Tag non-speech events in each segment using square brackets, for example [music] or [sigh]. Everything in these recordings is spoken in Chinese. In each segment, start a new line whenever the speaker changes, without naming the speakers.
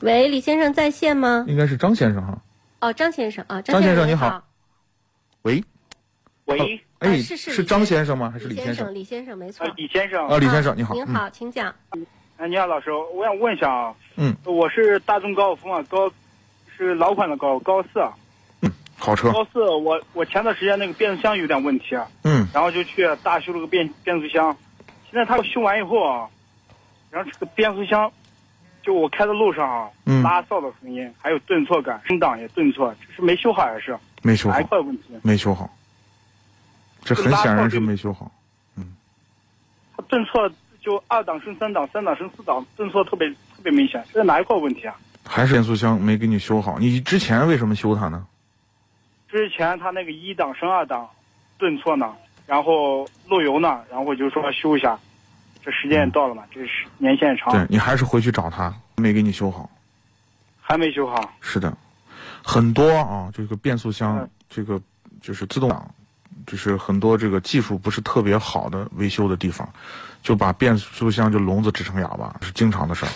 喂，李先生在线吗？
应该是张先生哈。
哦，张先生啊，
嗯张先生
你
你好。喂，
喂，
啊
哎，
是是李
张
先
先生吗？啊还是李
李先
生？
李先生没错
呃，。李先生，
啊，李先生
啊
你好。
您
嗯，
好，请讲。
哎，你好，老师，我想问一下啊，
嗯，
我是大众高尔夫嘛，高是老款的高高四啊，
嗯好车。
高四我我前段时间那个变速箱有点问题啊，
嗯
然后就去大修了个变变速箱，现在他修完以后啊，然后这个变速箱，就我开的路上啊，
嗯
拉哨的声音，还有顿挫感，升档也顿挫，这是没修好还是
没修
哪
好
一，块问题？
没修好，哎这很显然是没修好。
它顿挫就二档升三档，三档升四档，顿挫特别特别明显，这是哪一块问题啊？
还是变速箱没给你修好，你之前为什么修它呢？
之前他那个一档升二档，顿挫呢，然后漏油呢，然后我就说修一下，这时间也到了嘛，这是年限也
对
长，
你还是回去找他，没给你修好。
还没修好。
是的，很多啊，这个变速箱，
嗯
这个就是自动挡，就是很多这个技术不是特别好的维修的地方，就把变速箱就聋子指成哑巴，是经常的事儿。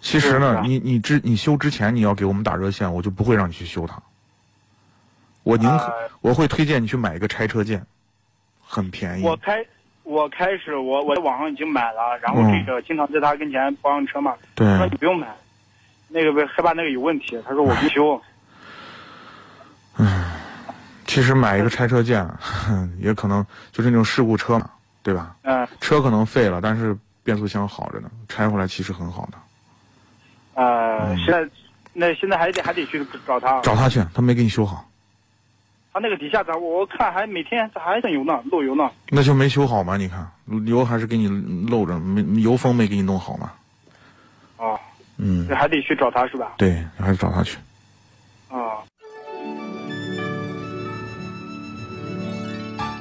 其实
是
呢
啊，
你你之你修之前你要给我们打热线，我就不会让你去修它。我宁可、
呃
我会推荐你去买一个拆车件，很便宜。
我开我开始我我在网上已经买了，然后
嗯
这个经常在他跟前保养车嘛，
对，
说你不用买，那个不害怕那个有问题，他说我不修，
其实买一个拆车件，啊 [laughs] 也可能就是那种事故车嘛，对吧？
嗯
车可能废了，但是变速箱好着呢，拆回来其实很好的。
呃，现在那现在还得还得去找他，
嗯找他去，他没给你修好，
他那个底下咋我看还每天还剩油呢，漏油呢。
那就没修好嘛？你看油还是给你漏着，没油封没给你弄好嘛？
啊，
嗯
这，还得去找他是吧？
对，还是找他去。
啊。